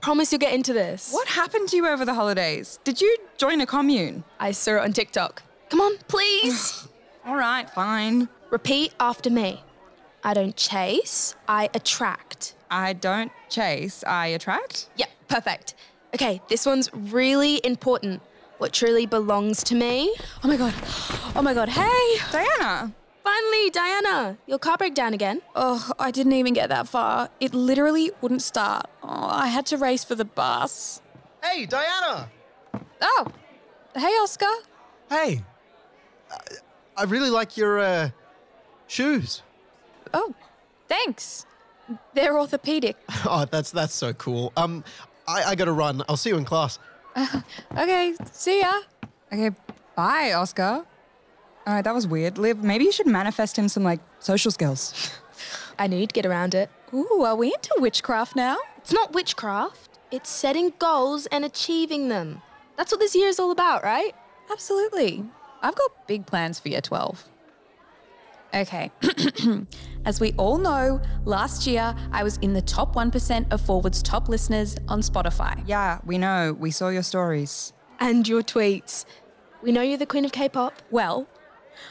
Promise you'll get into this. What happened to you over the holidays? Did you join a commune? I saw it on TikTok. Come on, please. All right, fine. Repeat after me. I don't chase, I attract. I don't chase, I attract. Yep, perfect. Okay, this one's really important. What truly belongs to me? Oh my god. Oh my god. Hey. Diana, Finally, Diana, your car broke down again. Oh, I didn't even get that far. It literally wouldn't start. Oh, I had to race for the bus. Hey, Diana! Oh. Hey, Oscar. Hey, I, I really like your uh, shoes. Oh, thanks. They're orthopedic. Oh, that's that's so cool. Um, I, I gotta run. I'll see you in class. Okay, see ya. Okay, bye, Oscar. All right, that was weird. Liv, maybe you should manifest him some like social skills. I knew you'd get around it. Ooh, are we into witchcraft now? It's not witchcraft, it's setting goals and achieving them. That's what this year is all about, right? Absolutely. I've got big plans for year 12. Okay. As we all know, last year I was in the top 1% of Forward's top listeners on Spotify. Yeah, we know. We saw your stories. And your tweets. We know you're the queen of K pop. Well,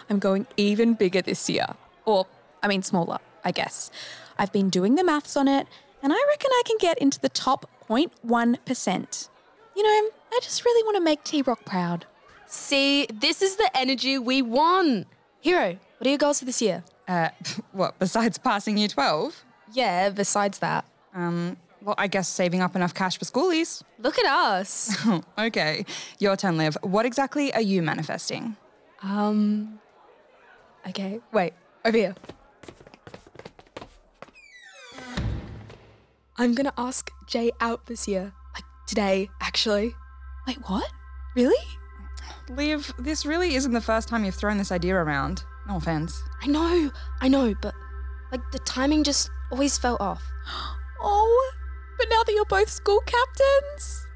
I'm going even bigger this year. Or, I mean, smaller, I guess. I've been doing the maths on it, and I reckon I can get into the top 0.1%. You know, I just really want to make T Rock proud. See, this is the energy we want. Hero, what are your goals for this year? Uh, what, besides passing year 12? Yeah, besides that. Um, well, I guess saving up enough cash for schoolies. Look at us. okay, your turn, Liv. What exactly are you manifesting? Um. Okay, wait, over here. I'm gonna ask Jay out this year. Like today, actually. Wait, what? Really? Liv, this really isn't the first time you've thrown this idea around. No offense. I know, I know, but like the timing just always felt off. Oh, but now that you're both school captains?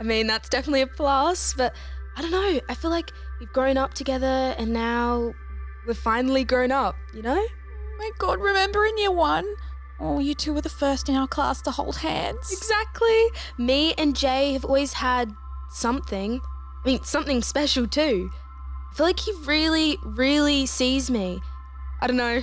I mean, that's definitely a plus, but I don't know. I feel like we've grown up together and now we're finally grown up, you know? Oh my god, remember in year one? Oh, you two were the first in our class to hold hands. Exactly. Me and Jay have always had something. I mean, something special too. I feel like he really, really sees me. I don't know.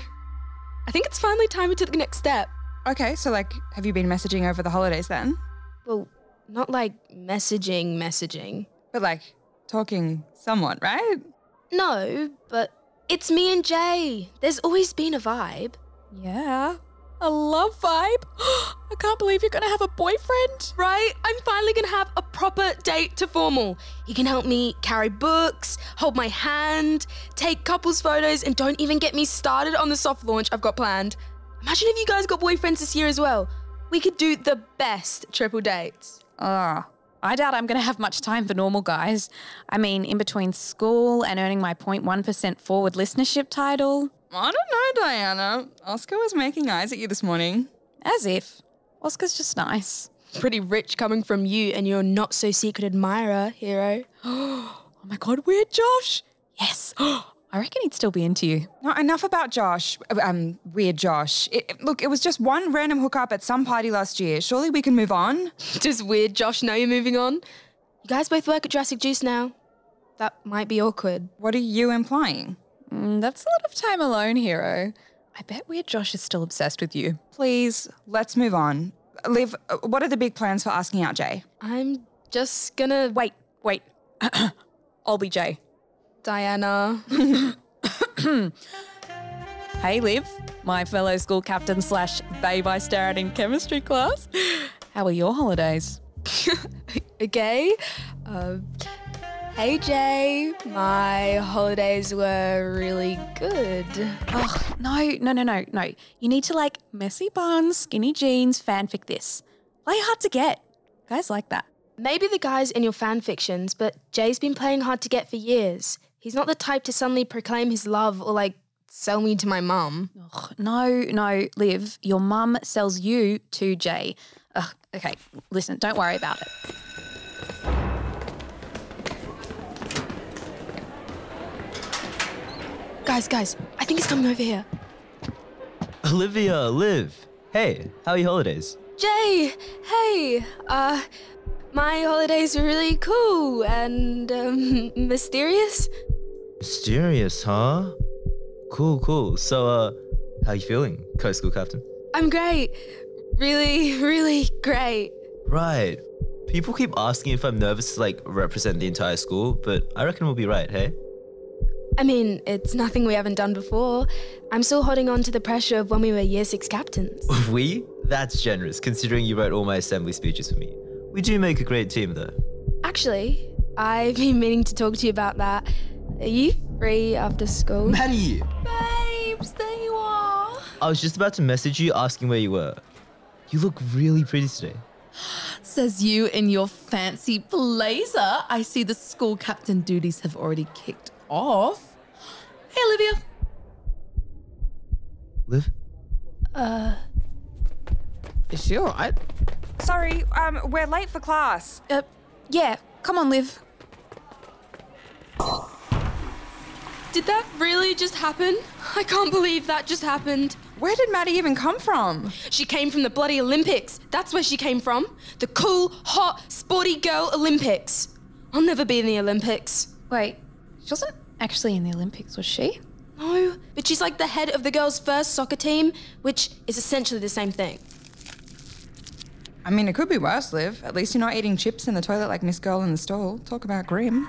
I think it's finally time we took the next step. Okay, so like, have you been messaging over the holidays then? Well, not like messaging, messaging. But like, talking somewhat, right? No, but it's me and Jay. There's always been a vibe. Yeah. A love vibe? I can't believe you're gonna have a boyfriend. Right? I'm finally gonna have a proper date to formal. He can help me carry books, hold my hand, take couples photos, and don't even get me started on the soft launch I've got planned. Imagine if you guys got boyfriends this year as well. We could do the best triple dates. Ah, I doubt I'm gonna have much time for normal guys. I mean, in between school and earning my 0.1% forward listenership title. I don't know, Diana. Oscar was making eyes at you this morning. As if. Oscar's just nice. Pretty rich coming from you and your not so secret admirer, hero. Oh my god, we're Josh. Yes. I reckon he'd still be into you. No, enough about Josh. Um, weird Josh. It, it- look, it was just one random hookup at some party last year. Surely we can move on. Just weird, Josh. Now you're moving on. You guys both work at Jurassic Juice now. That might be awkward. What are you implying? Mm, that's a lot of time alone, hero. I bet weird Josh is still obsessed with you. Please, let's move on. Liv, uh, what are the big plans for asking out Jay? I'm just gonna. Wait, wait. I'll be Jay. Diana. Hey, Liv, my fellow school captain slash babe I stare at in chemistry class. How were your holidays? okay. Um, hey, Jay. My holidays were really good. Oh, no, no, no, no, no. You need to like messy buns, skinny jeans, fanfic this. Play hard to get. Guys like that. Maybe the guys in your fan fictions, but Jay's been playing hard to get for years. He's not the type to suddenly proclaim his love or like sell me to my mum. Ugh, no, no, Liv, your mum sells you to Jay. Ugh, okay, listen, don't worry about it. Guys, guys, I think he's coming over here. Olivia, Liv. Hey, how are your holidays? Jay, hey, uh, my holidays were really cool and um, mysterious. Mysterious, huh? Cool, cool. So, uh, how you feeling, Coast School Captain? I'm great. Really, really great. Right. People keep asking if I'm nervous to like represent the entire school, but I reckon we'll be right, hey? I mean, it's nothing we haven't done before. I'm still holding on to the pressure of when we were year six captains. We? That's generous, considering you wrote all my assembly speeches for me. We do make a great team, though. Actually, I've been meaning to talk to you about that. Are you free after school? Maddie! Babes, there you are. I was just about to message you asking where you were. You look really pretty today. Says you in your fancy blazer. I see the school captain duties have already kicked off. Hey, Olivia. Liv? Is she all right? Sorry, um, we're late for class. Uh, yeah, come on, Liv. Did that really just happen? I can't believe that just happened. Where did Maddie even come from? She came from the bloody Olympics. That's where she came from. The cool, hot, sporty girl Olympics. I'll never be in the Olympics. Wait, she wasn't actually in the Olympics, was she? No, but she's like the head of the girls' first soccer team, which is essentially the same thing. I mean, it could be worse, Liv. At least you're not eating chips in the toilet like Miss Girl in the stall. Talk about grim.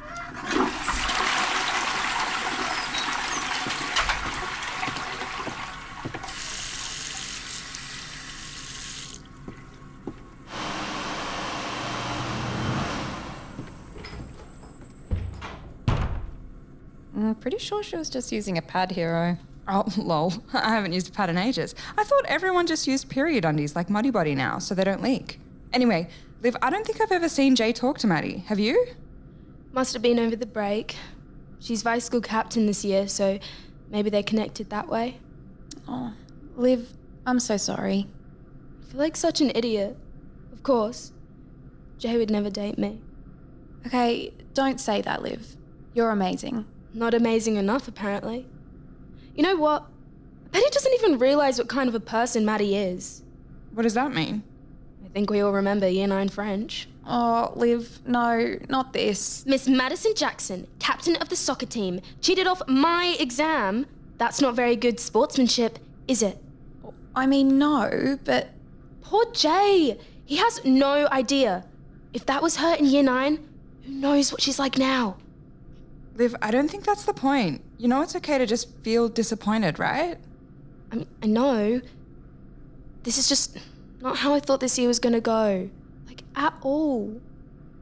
I'm pretty sure she was just using a pad hero. Oh, lol. I haven't used a pad in ages. I thought everyone just used period undies like Muddy Body now, so they don't leak. Anyway, Liv, I don't think I've ever seen Jay talk to Maddie. Have you? Must have been over the break. She's vice school captain this year, so maybe they connected that way. Oh, Liv, I'm so sorry. I feel like such an idiot. Of course. Jay would never date me. Okay, don't say that, Liv. You're amazing. Not amazing enough, apparently. You know what? I bet he doesn't even realize what kind of a person Maddie is. What does that mean? I think we all remember Year 9 French. Oh, Liv, no, not this. Miss Madison Jackson, captain of the soccer team, cheated off my exam. That's not very good sportsmanship, is it? I mean, no, but Poor Jay. He has no idea. If that was her in year nine, who knows what she's like now? Liv, I don't think that's the point. You know it's okay to just feel disappointed, right? I mean, I know. This is just not how I thought this year was gonna go. Like, at all.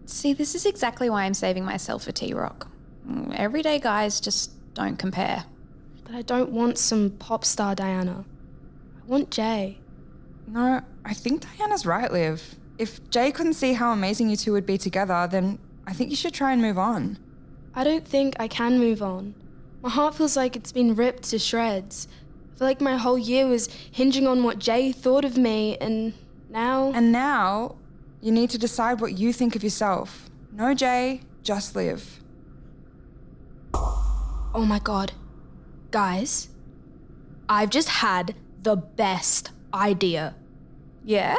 see, this is exactly why I'm saving myself for T Rock. Everyday guys just don't compare. But I don't want some pop star Diana. I want Jay. No, I think Diana's right, Liv. If Jay couldn't see how amazing you two would be together, then I think you should try and move on. I don't think I can move on. My heart feels like it's been ripped to shreds. I feel like my whole year was hinging on what Jay thought of me, and now. And now, you need to decide what you think of yourself. No Jay, just Liv. Oh my god. Guys, I've just had the best idea. Yeah?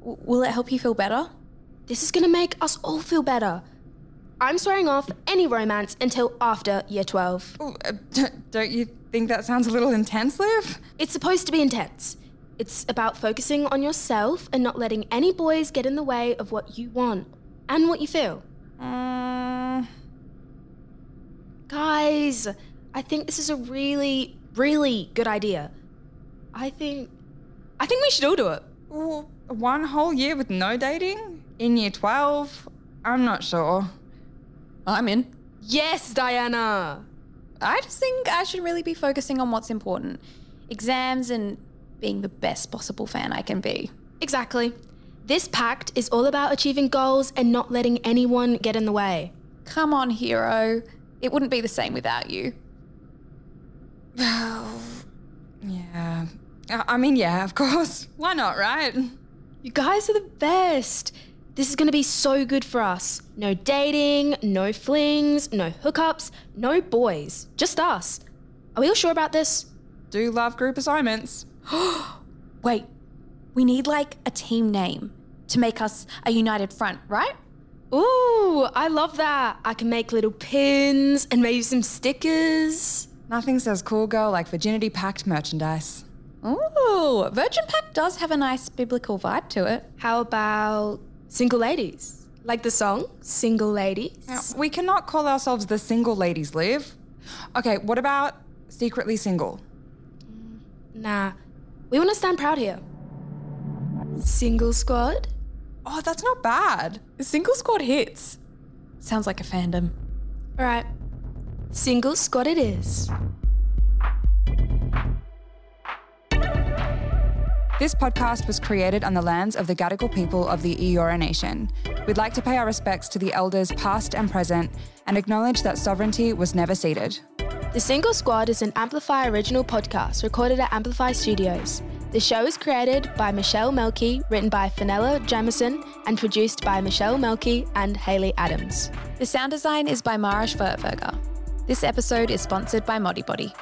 W- will it help you feel better? This is gonna make us all feel better. I'm swearing off any romance until after year 12. Ooh, uh, don't you think that sounds a little intense, Liv? It's supposed to be intense. It's about focusing on yourself and not letting any boys get in the way of what you want and what you feel. Mm, Guys, I think this is a really, really good idea. I think. I think we should all do it. ooh, one whole year with no dating? In year 12? I'm not sure. I'm in. Yes, Diana! I just think I should really be focusing on what's important exams and being the best possible fan I can be. Exactly. This pact is all about achieving goals and not letting anyone get in the way. Come on, hero. It wouldn't be the same without you. Yeah. I I mean, yeah, of course. Why not, right? You guys are the best. This is going to be so good for us. No dating, no flings, no hookups, no boys. Just us. Are we all sure about this? Do love group assignments. Wait, We need like a team name to make us a united front, right? Ooh, I love that. I can make little pins and maybe some stickers. Nothing says cool girl like virginity packed merchandise. Ooh, Virgin Pack does have a nice biblical vibe to it. How about single ladies? Like the song, Single Ladies? Now, we cannot call ourselves the single ladies live. Okay, what about secretly single? Nah, we want to stand proud here. Single Squad? Oh, that's not bad. Single squad hits. Sounds like a fandom. All right. Single Squad it is. This podcast was created on the lands of the Gadigal people of the Eora Nation. We'd like to pay our respects to the elders past and present and acknowledge that sovereignty was never ceded. The Single Squad is an Amplify original podcast recorded at Amplify Studios. The show is created by Michelle Melky, written by Fenella Jamison, and produced by Michelle Melky and Haley Adams. The sound design is by Marish Vertberger. This episode is sponsored by Modibody.